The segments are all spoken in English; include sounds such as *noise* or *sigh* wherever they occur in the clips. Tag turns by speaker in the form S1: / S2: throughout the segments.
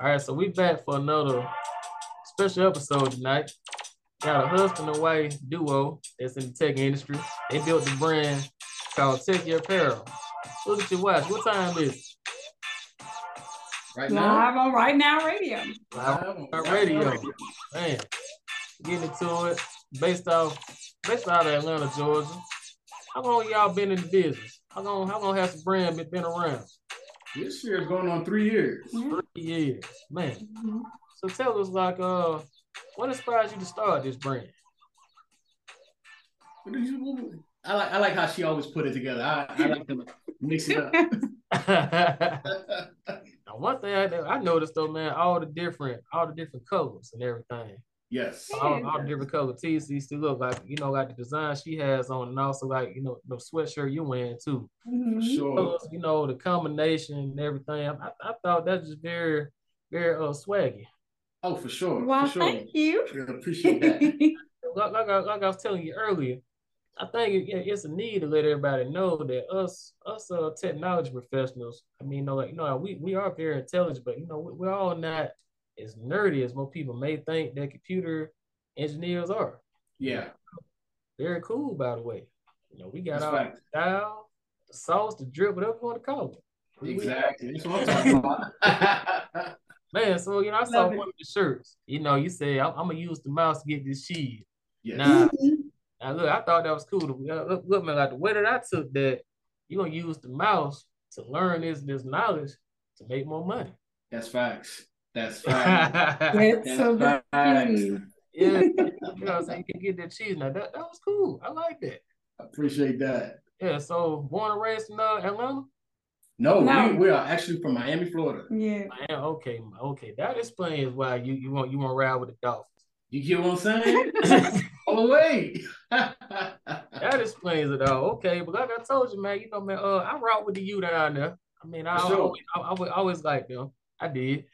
S1: All right, so we back for another special episode tonight. Got a husband and wife duo that's in the tech industry. They built the brand called Techie Apparel. Look at your watch. What time is it?
S2: Right now,
S3: Live on Right Now Radio.
S1: Live
S2: Live on
S1: on
S2: Live
S1: radio.
S2: radio.
S1: Man, getting into it. Based off, based out of Atlanta, Georgia. How long y'all been in the business? How long, how long has the brand been, been around?
S2: this year is going on three years.
S1: Three years. Man,
S3: Mhm.
S1: So tell us, like, uh, what inspires you to start this brand?
S2: What do you- what- what- I like I like how she always put it together. I, I like to mix
S3: *laughs*
S2: it up.
S1: *laughs* now, one thing I, I noticed though, man, all the different, all the different colors and everything,
S2: yes.
S1: all, all the different color tees. You still look like, you know, like the design she has on, and also like, you know, the sweatshirt you wearing too.
S2: For
S3: Mhm.
S2: Sure.
S1: Colors, you know, the combination and everything. I, I thought that's just very, very uh swaggy.
S2: Oh, for sure.
S3: Well,
S2: for sure.
S3: thank you.
S2: Yeah, appreciate
S3: *laughs*
S2: that.
S1: Like, like, I, like I was telling you earlier, I think it, it- it's a need to let everybody know that us us uh, technology professionals, I mean, you know, like you know, we, we are very intelligent, but you know, we, we're all not as nerdy as most people may think that computer engineers are.
S2: Yeah.
S1: Very cool, by the way. You know, we got
S2: That's
S1: our
S2: right.
S1: style, the sauce, the drip, whatever you want to call it. We- we-
S2: Exactly. That's what I'm talking *laughs* about.
S1: man. So you know, I saw
S3: Love it.
S1: one of the shirts. You know, you said I'm, I'm gonna use the mouse to get this cheese.
S2: yes.
S1: Nah.
S3: Mhm.
S1: Now look, I thought that was cool. To, uh, look, look, man, like the way that I took that, you gonna use the mouse to learn this this knowledge to make more money. *laughs*
S2: That's facts. *laughs* That's facts.
S1: yeah,
S3: That's so
S2: That's
S3: very
S2: facts.
S3: cute.
S1: you know what I'm saying? You can get that cheese. Now that, that was cool. I like that.
S2: Appreciate that.
S1: Yeah, so born and raised in uh, Atlanta?
S2: No,
S3: No.
S2: We, we are actually from Miami, Florida.
S3: Yeah.
S1: Man, okay, okay. That explains why you, you want you want to ride with the Dolphins.
S2: You get what I'm saying?
S3: *laughs*
S2: All the way. *laughs*
S1: that explains it all. Okay, but like I told you, man, you know, man, uh, I rock with the U down there. I mean, I,
S2: For sure.
S1: always, I, I, would always like them. I did.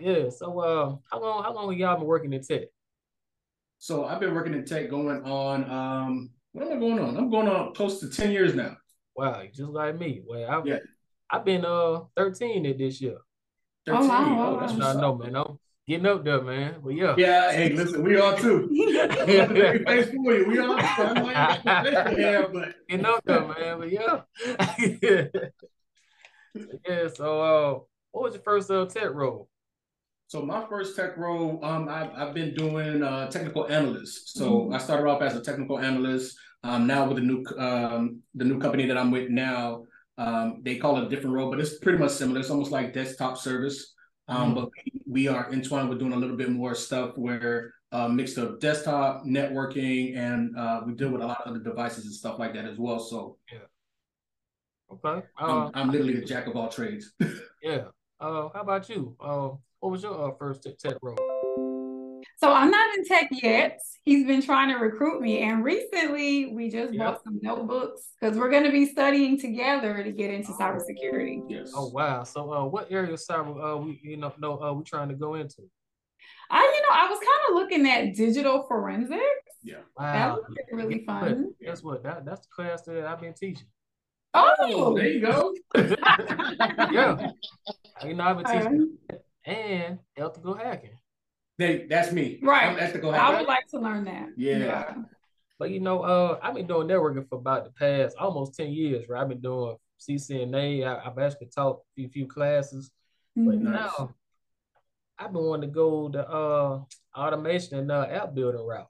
S1: Yeah. So, uh, how long how long y'all been working in tech?
S2: So I've been working in tech going on um what am I going on? I'm going on close to 10 years now.
S1: Wow, you just like me. Well, I've
S2: Yeah.
S1: I've been uh 13 it this year.
S2: 13.
S3: Oh, wow,
S2: Oh, that's
S1: That's
S2: what's
S1: what I
S2: up.
S1: know, man. I'm getting up there, man. But yeah.
S2: Yeah, hey, listen, we are
S3: *laughs*
S2: too. *laughs*
S1: Yeah.
S2: Thanks for you. We are too. I know I ain't got the facial hair, but
S1: *laughs* Getting up there, man. But yeah. *laughs* yeah. So uh what was your first uh tech role?
S2: so my first tech role, um, I've, I've been doing uh, technical analyst. So I started off as a technical analyst. Um, now with the new c- um, the new company that I'm with now, um, they call it a different role, but it's pretty much similar. It's almost like desktop service. Um,
S1: Mhm.
S2: but we, we are entwined with doing a little bit more stuff where uh, mixed up desktop networking, and uh, we deal with a lot of other devices and stuff like that as well. So
S1: Okay. Uh
S2: I'm, I'm literally the jack of all trades.
S1: yeah. Uh how about you? Uh what was your uh, first tech- tech role?
S3: So I'm not in tech yet. He's been trying to recruit me. And recently we just
S1: Yeah.
S3: bought some notebooks because we're going to be studying together to get into cybersecurity.
S2: Yes.
S1: Oh wow. So uh what area of cyber uh we you know no uh we trying to go into?
S3: I, you know, I was kind of looking at digital forensics. That
S1: Wow.
S3: looked really fun.
S1: Guess what? That that's the class that I've been teaching.
S2: Oh,
S3: Oh,
S2: there you go.
S1: yeah. You know, I've been
S3: okay.
S1: teaching and ethical hacking.
S2: They, that's me.
S3: Right.
S2: I'm ethical.
S3: I would like to learn that.
S2: Yeah.
S1: But you know, uh, I've been doing networking for about the past almost 10 years, right? I've been doing CCNA. I, I've actually taught a few, few classes, but
S3: Mhm.
S2: Nice.
S1: now I've been wanting to go the uh automation and uh app building route.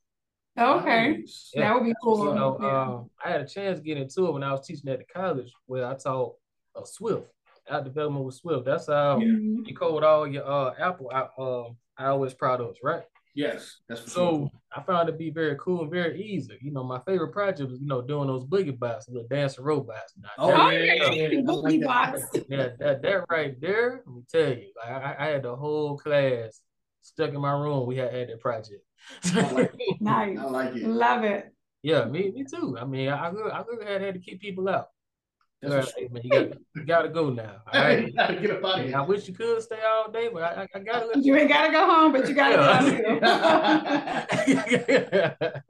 S3: Okay.
S2: Nice.
S1: Yeah.
S3: That would be cool.
S1: You know,
S3: Yeah.
S1: um, I had a chance to get into it when I was teaching at the college where I taught uh, Swift, app development with Swift. That's how
S3: Mhm.
S1: you code all your uh Apple uh, iOS products, right?
S2: Yes, that's for sure.
S1: So I found it to be very cool and very easy. You know, my favorite project was, you know, doing those boogie bots, the dancing robots. Now,
S2: Oh,
S1: that,
S2: yeah, yeah, yeah. I like
S3: Boogie
S2: that.
S3: box.
S1: that, that, that right there, let me tell you, like, I, I had the whole class stuck in my room. We had, had that project.
S2: I like it.
S3: Nice.
S2: I like it.
S3: Love it.
S1: *laughs* yeah, me, me too. I mean, I really, I really had, had to keep people out.
S2: That's
S1: Girl,
S2: for sure.
S1: hey, man, you, got, you gotta go now. All
S2: Hey, *laughs*
S1: right.
S2: you gotta get up out of
S1: I wish you could stay all day, but I, I, I gotta let
S3: You ain't gotta go home, but you
S1: Yeah.
S3: gotta
S1: *laughs*
S3: *laughs* get out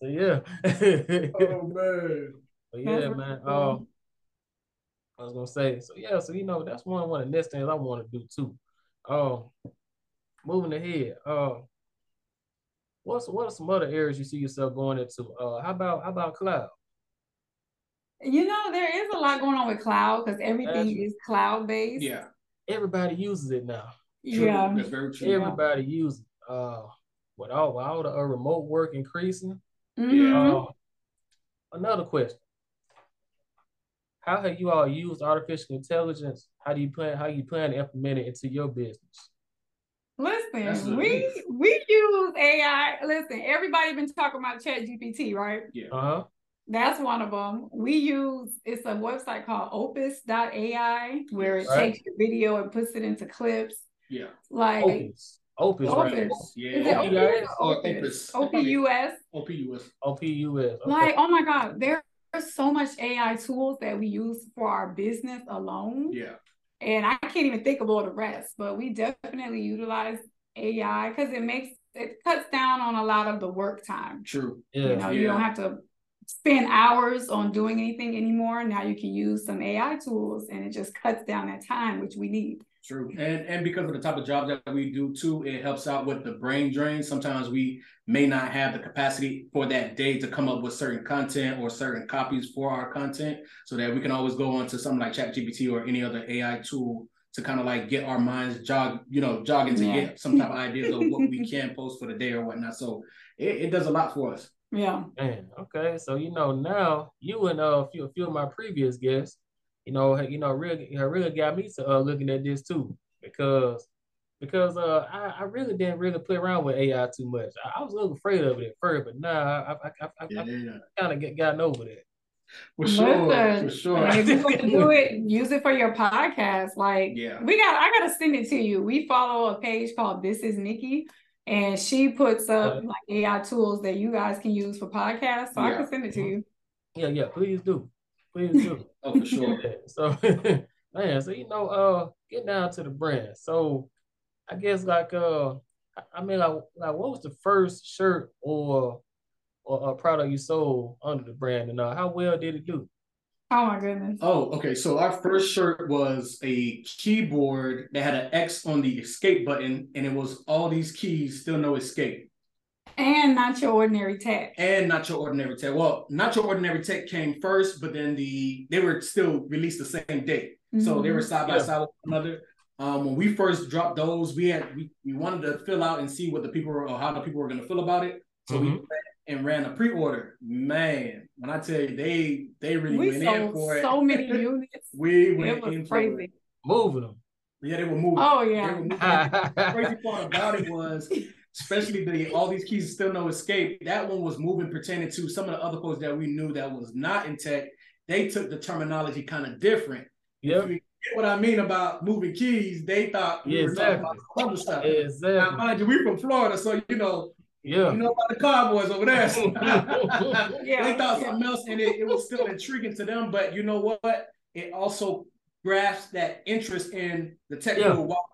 S2: here.
S1: you. *laughs* so yeah. *laughs*
S2: *laughs* oh man.
S1: But
S3: That's
S1: yeah,
S2: Uh-huh.
S1: um,
S3: really
S1: man. Oh.
S3: cool.
S1: Um, I was gonna say. So yeah, so you know that's one one of the next things I want to do too. Um, moving ahead. Um, what's what are some other areas you see yourself going into? Uh, how about how about cloud?
S3: You know, there is a lot going on with cloud because everything
S1: That's-
S3: is cloud based.
S2: Yeah.
S1: Everybody uses it now.
S2: True.
S3: Yeah.
S2: That's very true.
S1: Everybody uses it. Uh, with all with all the uh, remote work increasing. Uh,
S3: Mhm.
S1: another question. How have you all used artificial intelligence? How do you plan? How you plan to implement it into your business?
S2: That's what
S3: Listen,
S2: it
S3: we
S2: is.
S3: we use AI. Listen, everybody been talking about Chat GPT, right?
S1: Uh huh.
S3: That's one of them. We use it's a website called opus.ai where it
S1: Right.
S3: takes your video and puts it into clips.
S2: Yeah.
S3: Like
S1: Opus. Opus.
S3: Opus.
S1: Right.
S3: is it
S2: Oh, Yeah.
S1: OPUS?
S3: opus?
S2: Or
S3: or
S2: Opus.
S3: Opus. OPUS.
S2: OPUS.
S1: OPUS. Okay.
S3: Like, oh my God, there are so much AI tools that we use for our business alone.
S2: Yeah.
S3: And I can't even think of all the rest, but we definitely utilize AI because it makes it cuts down on a lot of the work time.
S2: True.
S3: You
S1: yeah.
S3: know, you
S2: Yeah.
S3: don't have to spend hours on doing anything anymore. Now you can use some AI tools and it just cuts down that time, which we need.
S2: True. And and because of the type of job that we do too, it helps out with the brain drain. Sometimes we may not have the capacity for that day to come up with certain content or certain copies for our content so that we can always go on to something like ChatGPT or any other AI tool to kind of like get our minds jog, you know, jogging to
S3: Yeah.
S2: get some type of ideas of what we can post for the day or whatnot. So it, it does a lot for us.
S3: Yeah.
S1: Man, okay. So you know now you and uh, a few a few of my previous guests, you know, ha- you know, really, ha- really got me to uh, looking at this too because because uh, I, I really didn't really play around with AI too much. I, I was a little afraid of it at first, but nah, I I, I, I,
S2: Yeah.
S1: I kind of get gotten over that.
S2: For sure.
S3: Listen,
S2: For
S3: Like,
S2: sure.
S3: if you're gonna
S2: *laughs*
S3: do it, use it for your podcast. Like,
S2: Yeah.
S3: we got, I gotta send it to you. We follow a page called This Is Nikki, and she puts up
S1: Okay.
S3: like AI tools that you guys can use for podcasts. So I
S2: Uh-huh. Yeah. Uh-huh.
S3: can send it to you.
S1: Yeah, yeah. Please do, please do.
S2: Oh, for sure.
S1: Yeah, *laughs* so man, so you know, uh, get down to the brand. So I guess like uh, I- I mean like like what was the first shirt or or a product you sold under the brand, and uh, how well did it do?
S3: Oh my goodness.
S2: Oh, okay. So our first shirt was a keyboard that had an X on the escape button, and it was all these keys, still no escape.
S3: And not your ordinary tech.
S2: And Not Your Ordinary Tech. Well, Not Your Ordinary Tech came first, but then the they were still released the same day.
S3: Mm-hmm.
S2: So they were side by
S1: Yeah.
S2: side with one another. Um, when we first dropped those, we had we, we wanted to fill out and see what the people were or how the people were gonna feel about it. So we
S3: Mm-hmm.
S1: Mhm.
S2: went and ran a pre-order. Man, when I tell you they they really
S3: we
S2: went in
S3: sold
S2: for it.
S3: so
S2: *laughs*
S3: many units.
S2: we went
S3: it
S2: in
S3: was
S2: for it.
S3: crazy.
S1: Moving *laughs* them.
S2: Yeah, they were moving.
S3: Oh
S2: They
S3: yeah.
S2: were
S1: *laughs*
S2: moving. The
S1: yeah,
S2: crazy part about it was, especially the all these keys still no escape. That one was moving pertaining to some of the other folks that we knew that was not in tech. They took the terminology kind of different. If you get what I mean about moving keys, they thought we
S1: Yeah,
S2: were talking about
S1: exactly.
S2: other stuff. Now,
S1: exactly.
S2: mind you, we from Florida, so you know, you
S1: Yeah, *laughs*
S2: know about the Cowboys over there. *laughs*
S3: Yeah.
S2: they thought
S3: Yeah.
S2: something else and it, it was still intriguing to them but you know what it also grasped that interest in the technical
S1: Yeah.
S2: while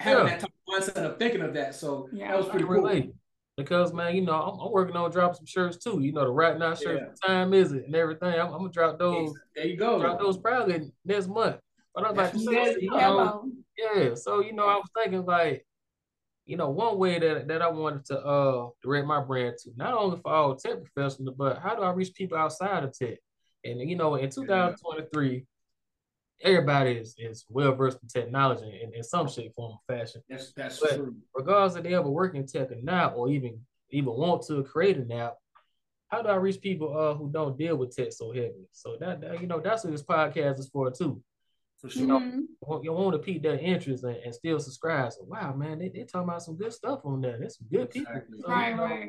S2: having
S1: Yeah.
S2: that type of mindset of thinking of that so
S3: Yeah.
S2: that was
S1: I
S2: pretty
S1: can
S2: cool
S1: relate because man, you know, I'm, I'm working on dropping some shirts too. You know, the right now shirts.
S2: Yeah.
S1: What time is it and everything? I'm, I'm gonna drop those.
S2: there you
S1: Drop
S2: go
S1: those probably next month. But I was like,
S2: That's
S1: man,
S3: There's
S1: you know,
S3: yellow. Mm-hmm.
S1: Yeah, so you know, I was thinking like, you know, one way that that I wanted to uh direct my brand to not only for all tech professionals, but how do I reach people outside of tech? And you know, in 2023, everybody is is well versed in technology in, in some shape, form, or fashion,
S2: that's that's
S1: But-
S2: true
S1: regardless if they ever work in tech or not, or even even want to create an app. How do I reach people uh who don't deal with tech so heavily? So that, that you know, that's what this podcast is for too
S2: for sure
S3: Mhm.
S1: want- you want to pique their interest and, and still subscribe. So wow, man, they, they talking about some good stuff on there. There's some good people.
S2: Exactly.
S1: So,
S3: Right,
S1: you know,
S3: right.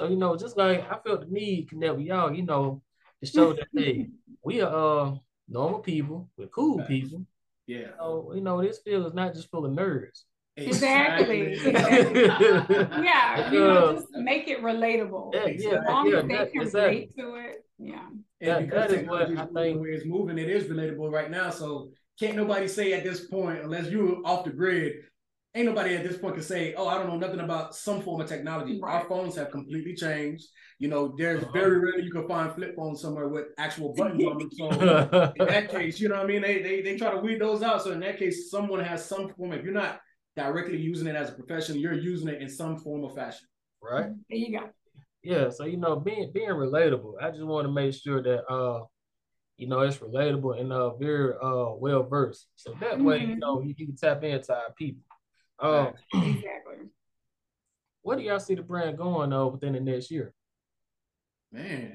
S1: So you know, just like I felt the need to connect with y'all, you know, to show that
S3: *laughs*
S1: hey, we are uh, normal people, we're cool
S2: Facts.
S1: people.
S2: yeah
S1: So you know, this field is not just full of nerds.
S3: Exactly.
S1: Exactly.
S3: *laughs* Yeah, you know,
S1: Yeah.
S3: just make it relatable.
S1: Yeah, yeah,
S3: As long
S1: yeah,
S3: as they
S1: that-
S3: can
S1: exactly.
S3: relate to it. Yeah.
S1: That-
S2: And because
S1: that is what
S2: technology is
S1: I
S2: moving the
S1: think-
S2: way it's moving, it is relatable right now. So can't nobody say at this point, unless you're off the grid, ain't nobody at this point can say, "Oh, I don't know nothing about some form of technology."
S3: Right.
S2: Our phones have completely changed. You know, there's
S1: Uh-huh.
S2: very rarely you can find flip phones somewhere with actual buttons on them. So
S1: *laughs*
S2: in that case, you know what I mean? They, they they try to weed those out. So in that case, someone has some form. If you're not directly using it as a profession, you're using it in some form or fashion.
S1: right?
S3: There you go.
S1: yeah so you know being being relatable i just want to make sure that uh you know it's relatable and uh very uh well versed so that way you
S3: Mhm.
S1: know you, you can tap into our people um
S3: Exactly.
S1: where do y'all see the brand going uh within the next year
S2: Man,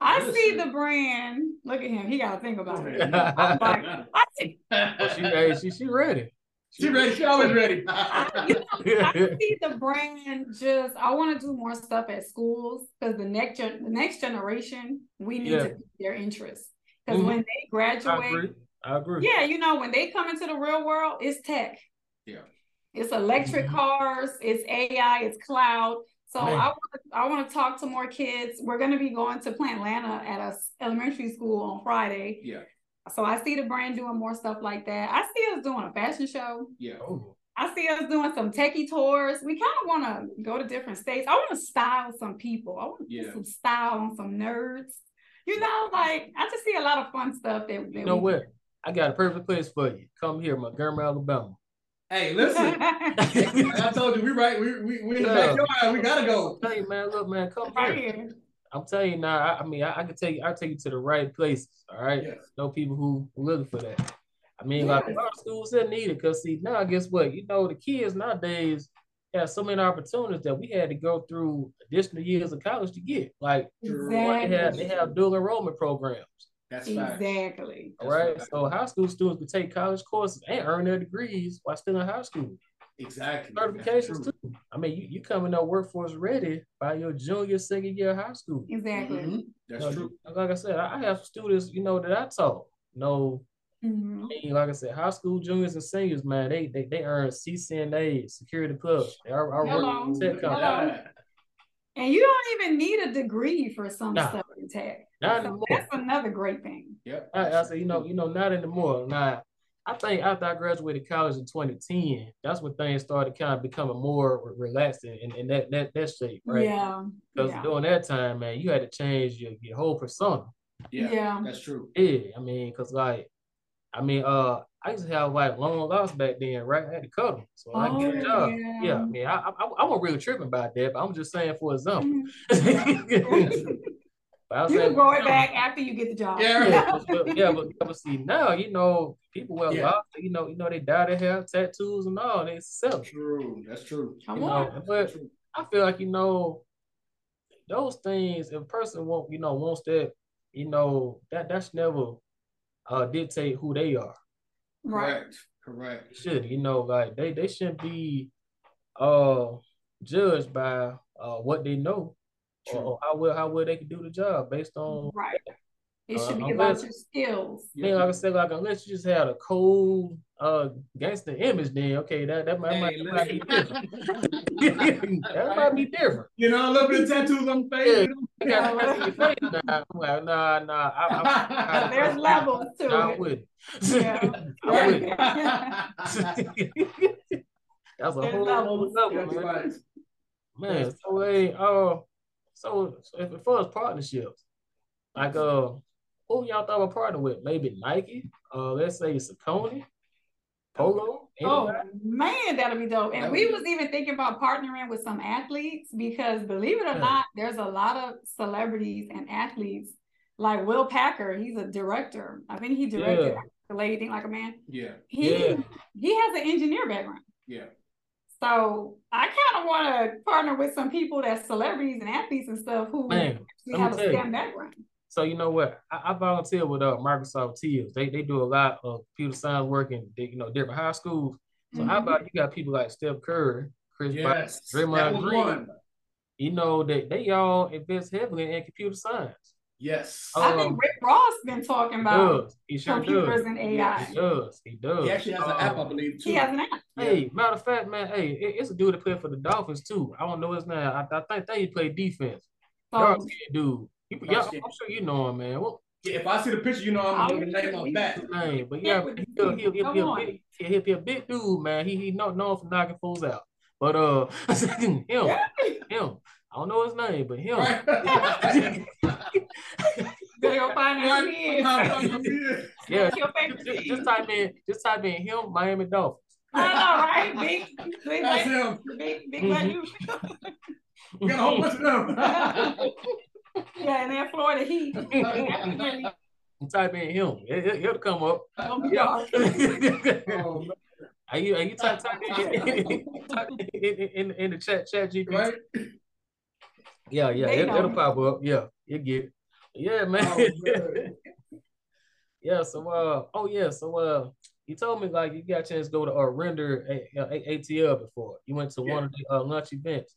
S3: I see
S2: Listen.
S3: the brand. Look at him. He got to think about it.
S1: *laughs* Well,
S3: I see,
S1: Oh, she, hey, she, she ready
S2: *laughs* she
S1: *laughs*
S2: ready. She always ready. *laughs*
S3: I, you know, I see the brand just. I want to do more stuff at schools because the next gen, the next generation, we need
S1: Yeah.
S3: to pique their interest because
S1: Mhm.
S3: when they
S1: i
S3: graduate,
S1: agree i agree
S3: yeah, you know, when they come into the real world, it's tech.
S2: Yeah.
S3: It's electric
S1: Mhm.
S3: cars, it's AI, it's cloud. So
S1: Man.
S3: I want to I want to talk to more kids. We're going to be going to Plantlana at a s- elementary school on Friday.
S2: Yeah.
S3: So I see the brand doing more stuff like that. I see us doing a fashion show.
S2: yeah.
S1: Oh,
S3: I see us doing some techie tours. We kind of want to go to different states. I want to style some people. I want to
S2: Yeah.
S3: put some style on some nerds. You know, like I just see a lot of fun stuff that, that
S1: you know
S3: we-
S1: what i got a perfect place for you come here montgomery alabama *laughs*
S2: Hey, listen. I told you we right. We we we in the
S1: Yeah.
S2: backyard. We gotta go.
S1: Tell you, man, look, man, come
S3: *laughs* right
S1: here.
S3: here.
S1: I'm telling you now. I, I mean, I, I can take you. I take you to the right places. All right.
S2: Yes.
S1: Know people who who looking for that. I mean, like a
S3: Yes.
S1: lot of schools that need it. Cause see, now guess what? You know, the kids nowadays have so many opportunities that we had to go through additional years of college to get. Like they have they
S3: Exactly.
S1: have dual enrollment programs.
S2: That's facts.
S3: Exactly.
S1: All
S2: That's
S1: right.
S2: facts.
S1: So high school students can take college courses and earn their degrees while still in high school.
S2: Exactly. That's
S1: Certifications
S2: true.
S1: too. I mean, you, you coming up workforce ready by your junior, senior year of high school.
S3: Exactly.
S2: Mhm. That's
S1: No,
S2: true.
S1: Like I said, I I have students, you know, that I taught. No, I
S3: Mhm.
S1: mean, like I said, high school juniors and seniors, man, they they, they earn CCNA, Security Plus. They are, are
S3: Hello.
S1: working in tech company.
S3: Hello. And you don't even need a degree for some
S1: Nah.
S3: stuff in tech.
S1: Not
S3: So
S1: anymore.
S3: that's another great thing.
S2: Yep.
S1: I, I said, you know, you know, not anymore. Now, I think after I graduated college in 2010, that's when things started kind of becoming more re- relaxed in, in, in that, that that shape, right?
S3: Yeah.
S1: Because
S3: Yeah.
S1: during that time, man, you had to change your, your whole persona.
S2: Yeah.
S3: Yeah.
S2: That's
S3: *laughs*
S2: true.
S1: Yeah, I mean, cause like, I mean, uh, I used to have like long lost back then, right? I had to cut them, so I
S3: Oh,
S1: had to get a job.
S3: yeah.
S1: Yeah, I mean, I, I I wasn't really tripping about that, but I'm just saying for example.
S3: Mhm.
S1: *laughs* but
S3: you
S1: I was
S3: can
S1: saying,
S3: grow it back after you get the job.
S2: Yeah.
S1: yeah, but, but- yeah, but, but see now, you know, people wear
S2: Yeah.
S1: lost, you know, you know, they dye their hair, tattoos, and all, they sell. it,
S2: True. That's true.
S1: You
S3: Come on.
S1: know, but
S2: True.
S1: I feel like you know those things. If a person want you know wants that, you know that that's never uh dictate who they are.
S3: Right.
S2: Correct. Correct.
S1: should you know like they they shouldn't be uh judged by uh what they know or,
S2: True.
S1: or how well how well they can do the job based on
S3: Right. It
S1: Uh,
S3: should be
S1: unless-
S3: about your skills.
S1: I mean, like I said, like unless you just had a cold uh gangster image, then okay, that that might,
S2: Hey,
S1: that might be different.
S2: listen.
S1: *laughs* that might be different.
S2: *laughs* You know, a little bit of tattoos on the face. you
S1: I got the rest of your face now. I'm like, nah, nah, I,
S2: know?
S3: There's levels to *laughs*
S1: I'm not
S3: it.
S1: with it.
S3: Yeah.
S1: *laughs* I'm with it.
S2: Right.
S1: That's a
S3: There's
S1: whole
S3: levels.
S1: other level,
S2: That's
S1: man.
S2: *laughs* right.
S1: Man, so hey, uh, so, so if as far as partnerships, like uh, who y'all thought about partnering with? Maybe Nike, uh, let's say Saucony, Polo.
S3: Oh
S1: anybody?
S3: man, that'll be dope. And
S2: That
S3: we
S2: would
S3: was even thinking about partnering with some athletes because believe it or
S1: Yeah.
S3: not, there's a lot of celebrities and athletes like Will Packer. He's a director. I think he directed
S1: Yeah.
S3: the Lady Think Like a Man.
S2: Yeah.
S3: He
S1: Yeah.
S3: he has an engineer background.
S2: Yeah.
S3: So I kind of want to partner with some people that's celebrities and athletes and stuff who
S1: Man,
S3: actually
S1: let me
S3: have a
S1: tell you.
S3: STEM background.
S1: so you know what? I, I volunteer with uh Microsoft Teams. They they do a lot of computer science work in you know different high schools. So how
S3: Mhm.
S1: about you got people like Steph Curry, Chris Bosh,
S2: Yes.
S1: Draymond
S2: That was
S1: Green.
S2: one.
S1: you know that they, all invest heavily in computer science.
S2: Yes.
S1: Oh,
S3: I
S1: um,
S3: think Rick Ross been talking
S1: He
S3: about
S1: does. He sure
S3: computers
S1: does.
S3: and
S1: He
S3: AI.
S1: does. He does.
S2: He actually has an
S1: Um,
S2: app, I believe, too.
S3: He has an app.
S1: Hey, matter of fact, man, hey, it- it's a dude that played for the Dolphins too. I don't know his name. I, I think they play defense. Dark
S3: So
S1: skin dude. You, y'all, I'm
S2: skin.
S1: sure you know him, man. What
S2: Yeah, if I see the picture, you know I'm gonna name
S1: *laughs*
S2: on that.
S1: Man, but yeah, he'll, he'll, he'll, be a big, he'll be a big dude, man. He he not known for knocking fools out. But uh, *laughs* him, him. I don't know his name, but him.
S3: *laughs* They gonna find out who he is.
S1: *laughs* yeah,
S3: Your favorite
S1: just,
S3: team.
S1: just type in just type in him, Miami Dolphins.
S3: I know, right? Big, big,
S2: That's
S3: like,
S2: him.
S3: big, big like you.
S2: We got a whole bunch of them.
S3: *laughs*
S2: *laughs*
S3: Yeah, and then Florida Heat. Oh Definitely.
S1: *laughs* type in him. It, it, will come up.
S3: Oh,
S1: *laughs* Yeah.
S3: God.
S2: Oh, man,
S1: Are you are you type type in, *laughs* type in, in, in the chat chat GPT?
S2: right?
S1: Yeah, yeah,
S3: They
S1: it, it'll
S3: know.
S1: pop up. Yeah, you get. It. Yeah, man.
S2: Oh, man.
S1: Yeah, so uh oh yeah, so uh you told me like you got a chance to go to uh render a, a, ATL before. You went to one of the uh, lunch events.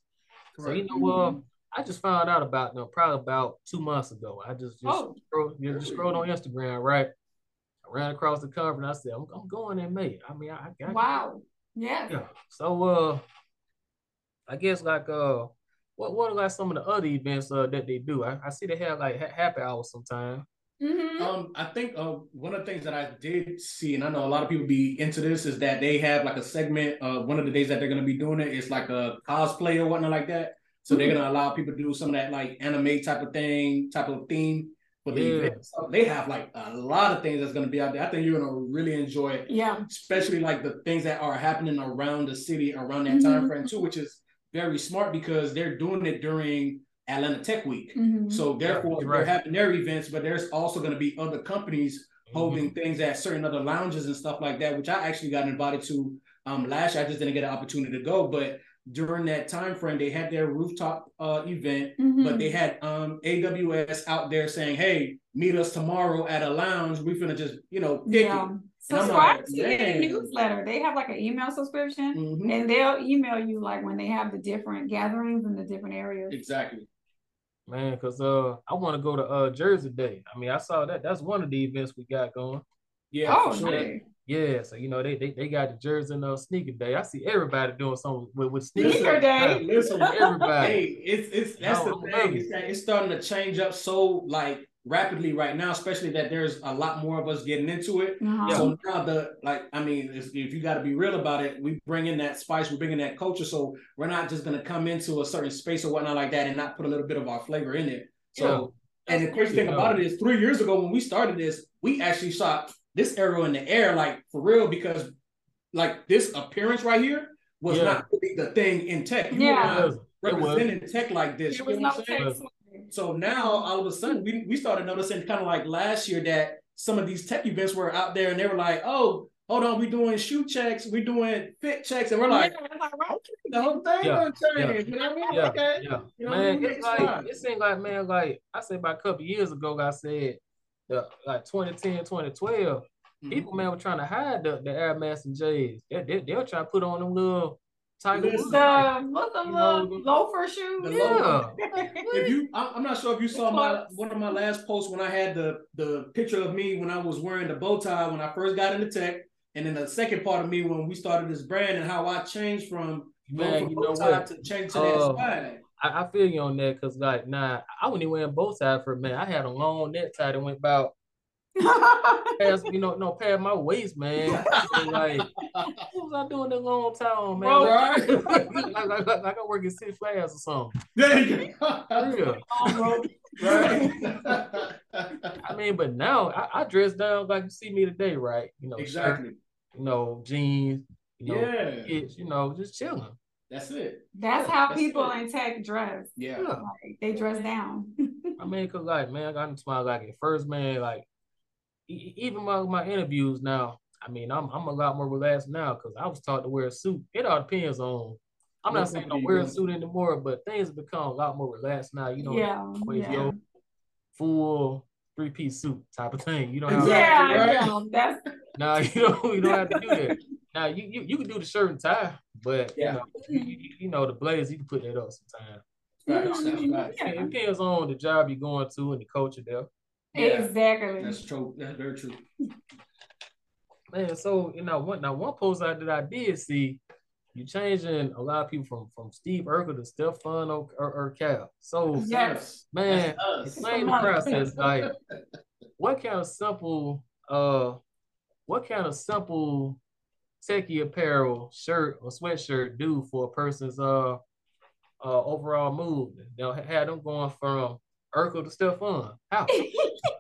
S1: So you know uh
S3: Mhm.
S1: I just found out about them probably about two months ago. I just just
S3: Oh.
S1: scroll, you just scrolled on Instagram, right? I ran across the cover and I said, I'm, I'm going in May. I mean, I, I got
S3: Wow. Yes.
S1: yeah. So uh I guess like uh what what are like some of the other events uh that they do? I, I see they have like ha- happy hours sometimes.
S3: Mm-hmm.
S2: Um, I think uh, one of the things that I did see, and I know a lot of people be into this, is that they have like a segment. Uh, one of the days that they're gonna be doing it is like a cosplay or whatnot like that. So they're gonna allow people to do some of that like anime type of thing, type of theme. But the
S1: Yeah.
S2: event. So they have like a lot of things that's gonna be out there. I think you're gonna really enjoy it,
S3: Yeah.
S2: especially like the things that are happening around the city around that
S3: Mhm.
S2: time frame too, which is very smart because they're doing it during Atlanta Tech Week.
S3: Mhm.
S2: So therefore,
S1: you're
S2: they're
S1: right.
S2: having their events, but there's also going to be other companies
S1: Mm-hmm.
S2: holding things at certain other lounges and stuff like that, which I actually got invited to um, last year. I just didn't get an opportunity to go, but during that time frame, they had their rooftop uh, event, but
S3: Mhm.
S1: Hmm.
S2: they had um, AWS out there saying, "Hey, meet us tomorrow at a lounge. We're gonna just, you know, kick
S3: yeah.
S2: And I'm
S3: Subscribe
S2: like,
S3: to their
S2: man.
S3: newsletter. They have like an email subscription,
S2: it." Mhm.
S3: and they'll email you like when they have the different gatherings in the different areas.
S2: Exactly.
S1: Man, cause uh I want to go to uh Jersey Day. I mean, I saw that. That's one of the events we got going.
S2: Yeah.
S3: Oh,
S2: for sure.
S3: nice.
S1: Yeah, so you know they they, they got the Jersey and uh, sneaker day. I see everybody doing something with, with sneakers.
S3: Sneaker day.
S2: Listen,
S1: Everybody.
S2: Hey, it's it's that's
S1: No,
S2: the
S1: I love
S2: thing.
S1: it.
S2: It's, that it's starting to change up so like rapidly right now, especially that there's a lot more of us getting into it.
S3: Uh-huh.
S2: So now the like, I mean, if, if you got to be real about it, we bring in that spice, we bring in that culture. So we're not just gonna come into a certain space or whatnot like that and not put a little bit of our flavor in it. So and the crazy thing about it is, three years ago when we started this, we actually shot this arrow in the air, like for real, because like this appearance right here was
S1: Yeah.
S2: not really the thing in tech. You were
S3: Yeah.
S2: not
S1: It was. It was.
S2: representing tech like this.
S3: There
S2: You
S3: was
S2: know
S3: no
S2: what I'm saying?
S3: sex.
S2: So now all of a sudden we, we started noticing kind of like last year that some of these tech events were out there and they were like, oh, hold on, we're doing shoe checks, we're doing fit checks, and we're like,
S3: Yeah, it's like, right?
S2: the whole thing
S1: Yeah,
S2: gonna change. You know what I mean?
S1: Yeah,
S2: Okay.
S1: Yeah,
S2: You know,
S1: man,
S2: we
S1: it's
S2: make
S1: like
S2: strides.
S1: it seemed like man, like I said about a couple years ago, I said the like 2010, 2012, people man were trying to hide the, the Air Max and J's. They, they, they were trying to put on them little Tiger Woods.
S2: Listen.
S3: The what's the
S1: You know,
S3: little loafer shoe?
S2: the
S1: Yeah,
S2: If *laughs* you, I'm I'm not sure if you saw my
S3: Close.
S2: one of my last posts when I had the the picture of me when I was wearing the bow tie when I first got into tech, and then the second part of me when we started this brand and how I changed from going
S1: man,
S2: from
S1: you know
S2: bow tie
S1: what?
S2: to change to that
S1: Oh.
S2: swag.
S1: I, I feel you on that because like nah, I wasn't even wearing bow tie for a minute. I had a long neck tie that went about past you know no past my waist,
S2: *laughs*
S1: man. And, like what was I doing that long tie on, man?
S3: Bro,
S1: like, *laughs*
S2: *laughs*
S1: like, like, like, I work at Six Flags or something.
S2: There you
S1: For *laughs*
S2: go.
S1: real.
S2: right.
S1: I mean, but now I, I dress down like you see me today, right? You know, shirt,
S2: *laughs* exactly.
S1: you know, jeans, you know,
S2: Yeah.
S1: it's, you know, just chilling.
S2: That's it.
S3: That's how
S2: That's
S3: people
S2: it.
S3: in tech dress.
S2: Yeah.
S1: Yeah.
S3: Like, they dress down.
S1: I mean, cause like man, I smile like at first, man, like e- e- even my, my interviews now. I mean, I'm I'm a lot more relaxed now because I was taught to wear a suit. It all depends on. I'm
S2: What
S1: not saying don't
S2: company you
S1: wear a
S2: with.
S1: suit anymore, but things have become a lot more relaxed now. You know,
S3: yeah.
S1: with
S3: Yeah.
S1: your full three piece suit type of thing. You know,
S2: Exactly,
S3: yeah,
S2: right?
S3: yeah, that's
S1: Now *laughs* you don't you don't have to do that. Now you you, you can do the shirt and tie, but
S2: Yeah.
S1: you know you, you- you know the blazer you can put that up sometimes.
S2: Facts, that's
S3: Mhm.
S2: facts.
S3: *laughs* Yeah.
S1: It depends on the job you're going to and the culture there.
S2: Yeah.
S3: exactly.
S2: That's true. That's very true.
S1: Man, so you know one now one post I that I did see, you changing a lot of people from from Steve Urkel to Stefano Ur- Urkel. So
S3: Yes.
S1: man,
S2: That's us.
S1: explain the process. Like what kind of simple uh what kind of simple techie apparel shirt or sweatshirt do for a person's uh uh overall mood? They'll have them going from Urkel to Stefan.
S3: *laughs*
S1: How?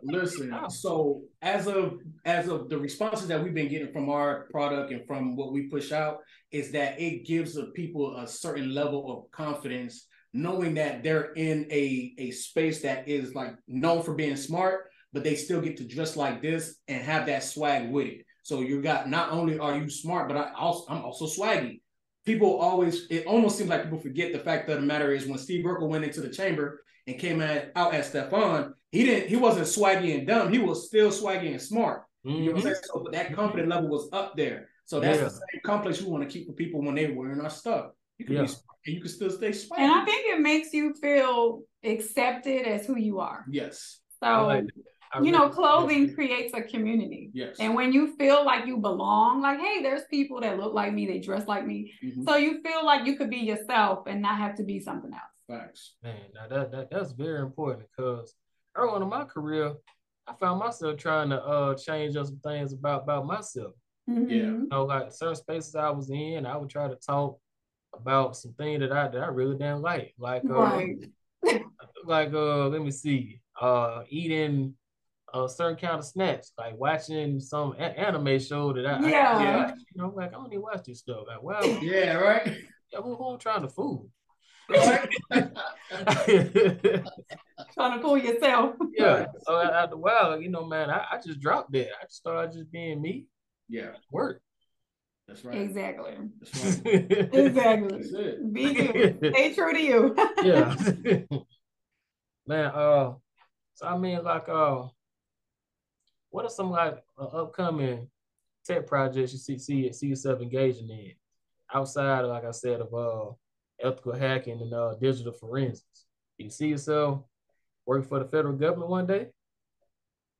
S2: Listen, so as of as of the responses that we've been getting from our product and from what we push out is that it gives the people a certain level of confidence, knowing that they're in a a space that is like known for being smart, but they still get to dress like this and have that swag with it. So you got not only are you smart, but I also I'm also swaggy. People always it almost seems like people forget the fact of the matter is when Steve Urkel went into the chamber and came at, out at Stefan, he didn't he wasn't swaggy and dumb. He was still swaggy and smart. You
S1: Mm-hmm.
S2: know what I'm saying? So that confidence level was up there. So that's
S1: Yeah.
S2: the same complex we want to keep for people when they're wearing our stuff. You can
S1: Yeah.
S2: be smart and you can still stay swaggy.
S3: And I think it makes you feel accepted as who you are.
S2: yes,
S1: I
S3: So,
S1: like that. I
S3: you know,
S1: really-
S3: clothing creates a community.
S2: yes.
S3: And when you feel like you belong, like, hey, there's people that look like me, they dress like me.
S2: Mhm.
S3: So you feel like you could be yourself and not have to be something else.
S2: Facts.
S1: Man, now that, that that's very important because early on in my career, I found myself trying to uh change up some things about about myself.
S3: Mhm.
S1: You know, like certain spaces I was in, I would try to talk about some things that I that I really didn't like, like uh,
S3: Right.
S1: like uh let me see uh eating a certain kind of snacks like watching some a- anime show that I,
S3: Yeah.
S1: I yeah you know I'm like I don't even watch this stuff like wow yeah,
S2: Yeah, right. *laughs*
S1: who, who I'm trying to fool *laughs*
S2: Right?
S1: yeah
S3: Trying to fool yourself.
S1: so a- after a while you know man I, I just dropped that I just started just being me
S2: yeah,
S1: work *laughs*
S2: that's right.
S3: Exactly.
S2: That's right.
S3: *laughs*
S2: Mm-hmm.
S3: Exactly.
S2: That's it.
S3: Be you. Stay true to *laughs* you.
S1: yeah *laughs* man uh so I mean like uh what are some like uh, upcoming tech projects you see see see yourself engaging in outside like I said of uh ethical hacking and uh digital forensics? You see yourself working for the federal government one day?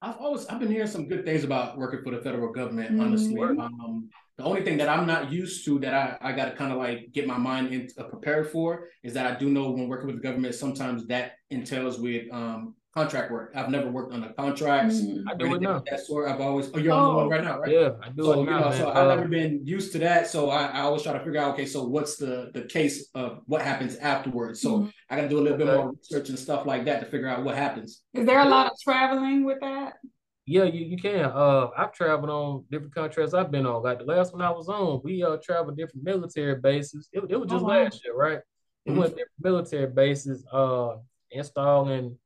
S2: I've always I've been hearing some good things about working for the federal government. Honestly,
S1: Mhm.
S2: um, the only thing that I'm not used to that I, I got to kind of like get my mind in, uh, prepared for is that I do know when working with the government sometimes that entails with um, contract work. I've never worked on a contract.
S3: Mhm.
S1: I do it now.
S2: That sort. I've always. Oh, you're on the
S3: Oh.
S2: one right now, right?
S1: Yeah, I do
S2: So
S1: it
S2: Oh, you
S1: now.
S2: know,
S1: man.
S2: so
S1: Uh,
S2: I've never been used to that. So I, I always try to figure out, okay, so what's the the case of what happens afterwards? So
S3: Mhm.
S2: I got to do a little bit
S1: Okay.
S2: more research and stuff like that to figure out what happens.
S3: Is there a lot of traveling with that?
S1: Yeah, you, you can. Uh, I've traveled on different contracts I've been on. Like the last one I was on, we uh traveled different military bases. It, it was
S3: Oh,
S1: just
S3: wow. Mm-hmm.
S1: last year, right? It
S2: Mhm.
S1: went different military bases, uh, installing,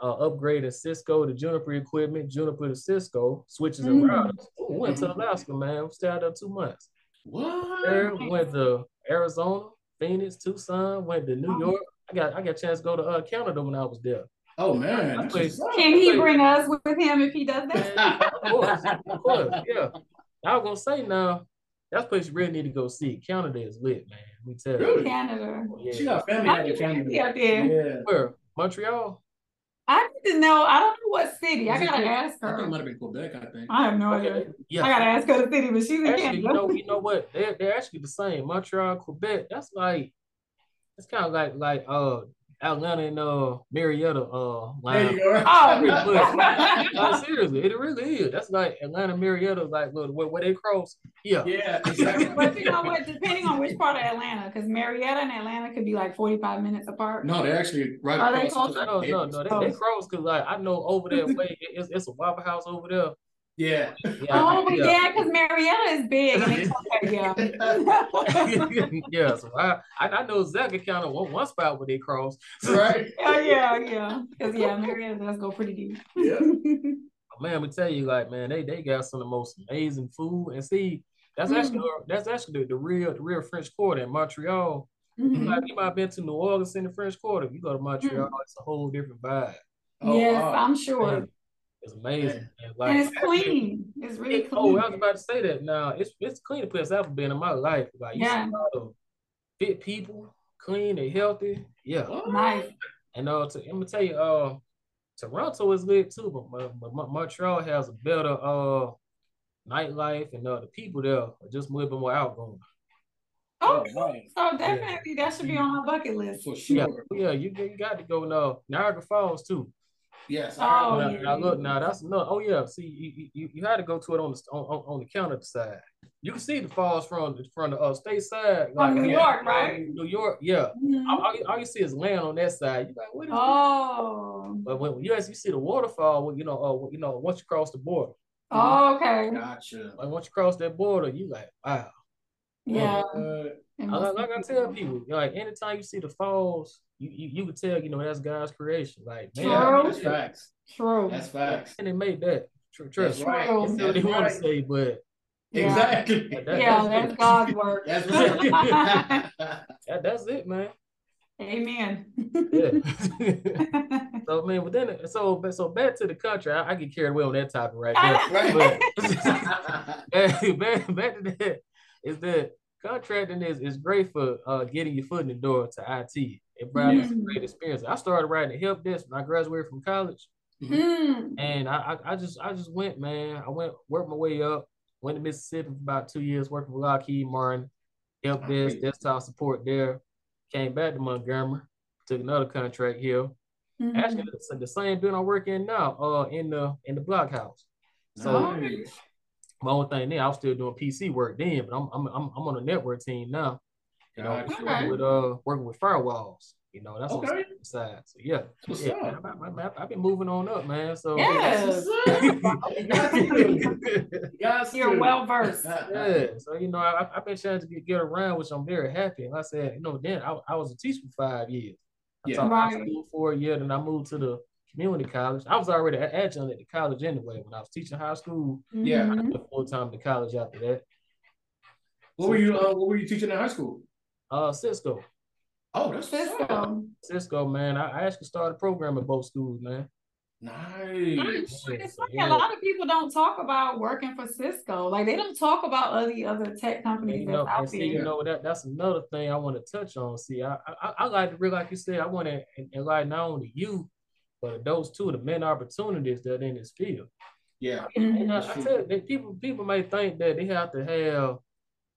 S1: uh, upgrading Cisco to Juniper equipment, Juniper to Cisco switches and
S3: Mm.
S1: routers. Ooh, we went to Alaska, man. We stayed there two months.
S3: Oh,
S2: What?
S1: There, we went to Arizona, Phoenix, Tucson. Went to New
S3: Wow.
S1: York. I got I got a chance to go to uh, Canada when I was there.
S2: Oh man. that's
S1: Wait.
S2: what's up.
S3: Can he bring us with him if he does that?
S1: Of course, of course, yeah. I was gonna say now, that's place you really need to go see. Canada is lit, man. We tell you.
S2: *laughs* Really?
S3: Canada.
S1: Yeah.
S2: She got family out
S3: I
S2: in
S3: didn't
S2: Canada.
S3: see up there.
S2: Yeah.
S1: Where? Montreal?
S3: I didn't know. I don't know what city. I
S2: Is it
S3: gotta
S2: Quebec?
S3: ask
S2: I think it
S3: her.
S2: might have been Quebec, I think.
S3: I have no idea. I gotta ask her the city, but she's in
S1: Actually, you
S3: Canada.
S1: know, you know what? They're, they're actually the same. Montreal, Quebec. That's like it's kind of like like uh Atlanta and uh Marietta uh
S2: There you
S1: line.
S2: go. *laughs*
S3: *laughs* Oh.
S1: No, seriously, it really is. That's like Atlanta, Marietta, like look where, where they cross. Yeah.
S2: yeah,
S3: *laughs*
S2: exactly.
S3: But you know what? Depending on which part of Atlanta, because Marietta and Atlanta could be like 45 minutes apart.
S2: No, they're actually right
S3: Are they
S2: across.
S1: No, no, no. They, they cross because like I know over that way, it- it's, it's a Waffle House over *laughs* there.
S2: Yeah.
S1: Yeah,
S3: Oh, but
S1: yeah.
S3: yeah, because Marietta
S1: *laughs*
S3: is big. And it's okay, *laughs* yeah.
S1: yeah, so I, I I know exactly kind of one, one spot where they cross.
S2: *laughs* Right.
S3: Oh, yeah, yeah. Because, yeah, Marietta does go pretty deep.
S2: Yeah.
S1: *laughs* Mm-hmm. Man, we tell you, like, man, they they got some of the most amazing food. And see, that's
S3: Mm.
S1: actually that's actually the, the real the real French Quarter in Montreal.
S3: Mhm.
S1: Like, you might have been to New Orleans in the French Quarter. If you go to Montreal, it's a whole different vibe.
S2: Oh,
S3: yes,
S2: wow.
S3: I'm Mm. sure.
S1: Man, it's amazing. man. Like,
S3: And it's clean. It's really
S1: it-
S3: clean.
S1: oh, I was about to say that. Now it's it's the cleanest place I've ever been in my life. Like, you
S3: Yeah.
S1: see a lot of fit people, clean and healthy. Yeah.
S2: What?
S3: Nice.
S1: And uh, to, I'm gonna tell you, uh, Toronto is lit too, but, Mon- Mon- Mon- Montreal has a better uh nightlife, and uh, the people there are just a little bit more outgoing.
S2: Oh,
S3: Oh,
S2: wow.
S3: so definitely that should be on my bucket list.
S2: For
S1: Oh, Yeah,
S2: sure.
S1: yeah, you, you got to go now Niagara uh, Falls too.
S2: Yes.
S3: Oh,
S1: now,
S3: yeah.
S1: now look, now that's no. Oh yeah, see, you, you- you, you had to go to it on the on, on on the counter side. You can see the falls from the from the uh, state side,
S3: From New
S1: yeah,
S3: York,
S1: from
S3: right?
S1: New York, yeah.
S3: Mhm.
S1: All, all you, all you see is land on that side. You like, what is this?
S3: Oh.
S1: But uh, when you as you see the waterfall, well, you know, uh, well, you know, once you cross the border,
S3: Oh, okay.
S2: Gotcha.
S1: like once you cross that border, you like, wow.
S3: Yeah.
S2: Uh,
S3: it
S1: I,
S3: must
S1: like I
S3: be-
S1: tell people, like anytime you see the falls, you you, you can tell, you know, that's God's creation. Like, man,
S2: yeah,
S3: True.
S2: that's facts.
S3: True.
S2: That's facts.
S1: and they made that. Tr- Trust
S2: That's
S1: me.
S2: right.
S3: True.
S1: That's what
S2: That's
S1: they want to
S2: right.
S1: say, but
S3: Yeah.
S2: Exactly.
S1: That-
S3: Yeah, that's God's work.
S2: That's
S1: right.
S2: right.
S1: that, that's it, man.
S3: Amen.
S2: *laughs*
S1: Yeah. so man, but then so but so back to the country. I, I get carried away on that topic
S2: *laughs*
S1: right there.
S3: *laughs*
S1: *laughs* But *laughs* back,
S2: right.
S1: back, back to that is that contracting is, is great for uh, getting your foot in the door to IT. It brought us a
S3: Mhm.
S1: great experience. I started writing the help desk when I graduated from college.
S3: Mm.
S1: And I, I, I just I just went, man. I went worked my way up, went to Mississippi for about two years, working for Lockheed Martin, help desk,
S2: Great.
S1: desktop support there. Came back to Montgomery, took another contract here.
S3: Mm-hmm.
S1: Actually, it's the same building I work in now, uh, in the in the blockhouse. So
S3: Oh,
S2: Nice.
S1: my only thing now, I was still doing PC work then, but I'm I'm I'm, I'm on a network team now. You know,
S2: Gotcha.
S1: working with uh working with firewalls. You know, that's on
S2: Okay.
S1: the side. So yeah,
S2: What's
S1: yeah.
S2: up?
S1: man, I- I- I- I've been moving on up, man. So
S3: Yes. *laughs*
S1: yeah,
S2: Yes,
S3: You're
S2: dude.
S3: well versed.
S1: so you know, I, I- I've been trying to get, get around, which I'm very happy. And I said, you know, then I, I was a teacher for five years. I
S2: Yeah.
S1: taught high
S3: Right.
S1: school for a year, then I moved to the community college. I was already an adjunct at the college anyway. When I was teaching high school,
S2: Yeah.
S3: Mm-hmm.
S1: I went full time to college after that.
S2: What were you? Uh, what were you teaching in high school?
S1: Uh, Cisco,
S2: Oh, that's what's up.
S3: So,
S1: Cisco, man, I, I actually started programming at both schools, man.
S2: Nice.
S3: it's funny, a lot of people don't talk about working for Cisco. Like they don't talk about all the other tech
S1: And,
S3: companies
S1: you know,
S3: that's out
S1: and see, you
S3: there.
S1: know that that's another thing I want to touch on. See, I I, I like to really like you said, I want to enlighten not only you, but those two the many opportunities that in this field.
S2: Yeah.
S1: And
S3: Mhm.
S1: I,
S2: Mm-hmm.
S1: I tell you, that people people may think that they have to have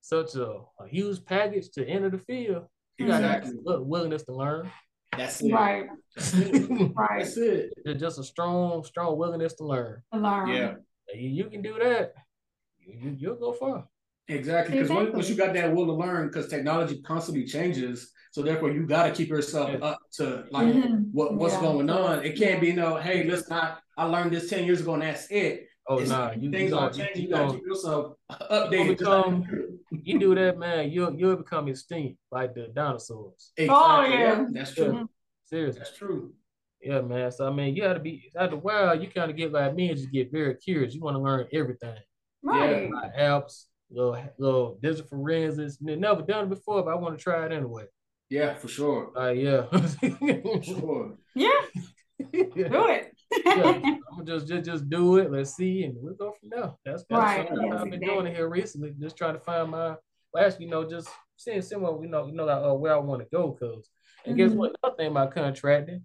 S1: such a, a huge package to enter the field. You gotta have
S2: Exactly.
S1: a willingness to learn.
S2: That's it.
S3: Right,
S2: That's it.
S3: *laughs* right.
S2: That's it.
S1: There's just a strong, strong willingness to learn.
S3: To learn.
S2: Yeah.
S1: You, you can do that. You, you, will go far.
S2: Exactly, because
S3: Exactly.
S2: once you got that will to learn, because technology constantly changes, so therefore you got to keep yourself
S1: Yeah.
S2: up to like
S3: Mhm.
S2: what what's
S3: Yeah.
S2: going on. It can't be no, hey, let's not. I learned this ten years ago, and that's it.
S1: Oh
S2: It's-
S1: nah, you, you,
S2: Things are
S1: gonna, you,
S2: changing. You got to
S1: gonna,
S2: keep yourself updated. just
S1: become-
S2: like-
S1: you do that, man. You'll you'll become extinct like the dinosaurs.
S3: Oh,
S2: Exactly,
S3: yeah.
S2: that's true.
S3: Mhm.
S1: Seriously.
S2: That's true.
S1: Yeah, man. So I mean, you gotta be after a while. You kind of get like me and just get very curious. You want to learn everything,
S3: Right.
S1: like apps, little little digital forensics. N- Never done it before, but I want to try it anyway.
S2: Yeah, for sure.
S1: Like, yeah,
S2: For
S1: *laughs*
S2: sure.
S3: Yeah,
S1: yeah.
S3: do it.
S1: I'm gonna just just just do it. Let's see, and we'll go from there. That's, that's
S3: Right,
S1: something
S3: yes,
S1: I've been
S3: exactly.
S1: doing here recently. Just trying to find my. Well, actually, you know, just seeing somewhere you know you know like uh, where I want to go, cause. And guess
S3: Mhm.
S1: what? Another thing about contracting,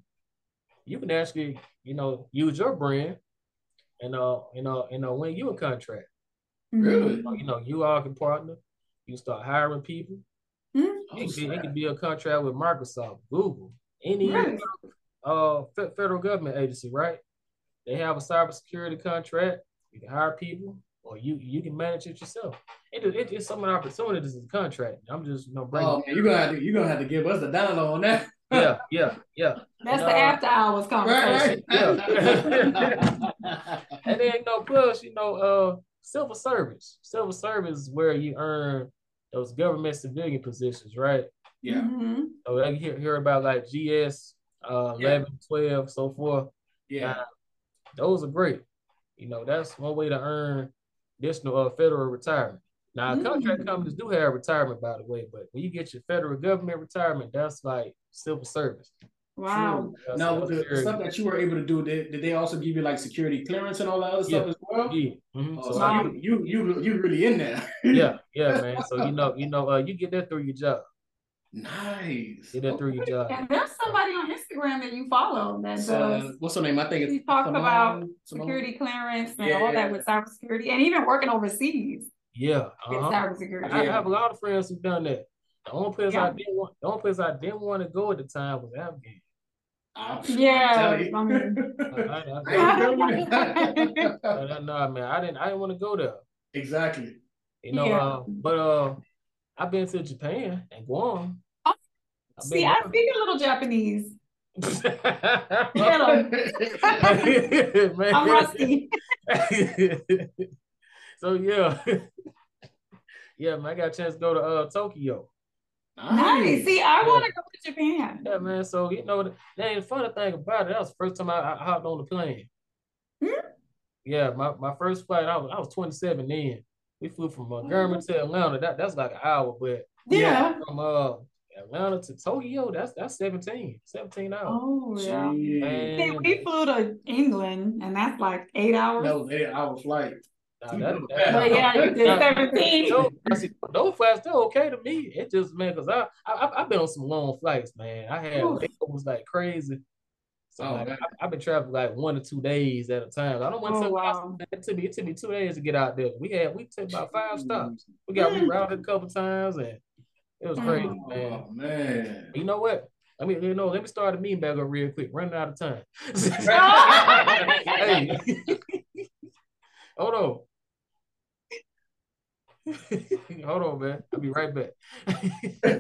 S1: you can actually, you know, use your brand and uh you know you know when you a contract.
S3: Mm-hmm.
S2: Really?
S1: You know, you know, you all can partner, you start hiring people.
S2: Oh,
S1: It could be, it
S2: snap.
S1: could be a contract with Microsoft, Google, any
S3: Really?
S1: uh fe- federal government agency, right? They have a cybersecurity contract. You can hire people, or you you can manage it yourself. It, it, it's some of the opportunities in the contract. I'm just you know bringing.
S2: Oh man, you gonna have to you gonna have to give us a download on that.
S1: Yeah, yeah, yeah.
S3: That's
S1: Uh,
S3: the after hours conversation.
S2: Right, right.
S1: And then you know, plus you know, uh, civil service. Civil service is where you earn those government civilian positions, right?
S2: *laughs* yeah,
S3: Mhm.
S1: So I hear, hear about like GS, uh,
S2: Yeah.
S1: 11, 12, so forth.
S2: yeah.
S1: Those are great. You know, that's one way to earn additional uh, federal retirement. Now, contract
S3: Mm.
S1: companies do have retirement, by the way, but when you get your federal government retirement, that's like civil service.
S3: Wow.
S2: True.
S1: That's-
S2: Now, with
S1: that's
S2: the
S1: very-
S2: stuff that you were able to do, did, did they also give you like security clearance and all that other stuff as well?
S1: yeah. mhm.
S2: Oh,
S1: So
S2: so
S1: I-
S3: Wow.
S2: you, you, you, you really in there?
S1: yeah, yeah, man. So you know, you know, uh, you get that through your job.
S2: *laughs* nice.
S1: Get that through your job.
S3: And there's somebody on Instagram that you follow that does
S2: Uh, what's her name? I think it's
S3: She talks
S2: Simone-
S3: about
S2: Simone?
S3: security clearance and
S2: Yeah, yeah,
S3: all that with cybersecurity and even working overseas
S1: Yeah.
S3: in
S1: uh-huh.
S3: cybersecurity.
S1: I have a lot of friends who've done that. The only place I
S3: Yeah.
S1: didn't want, the only place I didn't want to go at the time was Afghan.
S2: I'm-
S3: Yeah.
S2: I'm
S3: I
S2: telling
S3: mean-
S1: I, I, I,
S2: *laughs* I
S3: *laughs*
S2: ain't doing it.
S1: I, no, man, I didn't. I didn't want to go there.
S3: *laughs*
S2: exactly.
S1: You know,
S3: Yeah.
S1: uh, but uh, I've been to Japan and Guam.
S3: Oh,
S1: I've
S3: See,
S1: been
S3: I speak a little Japanese.
S1: there.
S3: Little.
S1: *laughs* Man. *laughs*
S3: I'm rusty.
S1: so yeah, *laughs* yeah, man. I got a chance to go to uh, Tokyo.
S3: Nice.
S2: *laughs*
S3: See, I
S1: Yeah.
S3: want to go to Japan.
S1: Yeah, man. So you know, th- that the funny thing about it, that was the first time I, I hopped on the plane.
S3: Hmm?
S1: Yeah, my, my first flight, I was I was 27 then. We flew from Montgomery
S3: Oh.
S1: to Atlanta. That that's like an hour, but
S3: Yeah.
S1: from uh Atlanta to Tokyo, that's that's 17, 17 hours.
S3: Oh, yeah.
S2: Jeez.
S3: See,
S1: Man,
S3: we flew to England, and that's like eight hours.
S2: That was an eight-hour flight.
S1: nah,
S2: you
S1: that-
S2: know
S1: that-
S3: But
S1: *laughs*
S3: yeah, you did
S1: Yeah.
S3: 17.
S1: No, I see, those flights they're okay to me. It just man, cause I I I've been on some long flights, man. I had
S3: Oof.
S1: was like crazy. So
S2: Oh,
S1: like,
S2: man.
S1: I, I've been traveling like one or two days at a time. I don't want
S3: Oh,
S1: to.
S3: wow.
S1: It took me it took me two days to get out there. We had we took about five stops. We got
S3: Mm.
S1: rerouted a couple times, and it was crazy,
S2: Oh,
S1: man.
S2: man.
S1: You know what? I mean, you know, let me start the meme back up real quick. Running out of time. hey, hold on. *laughs* hold on, man. I'll be right back.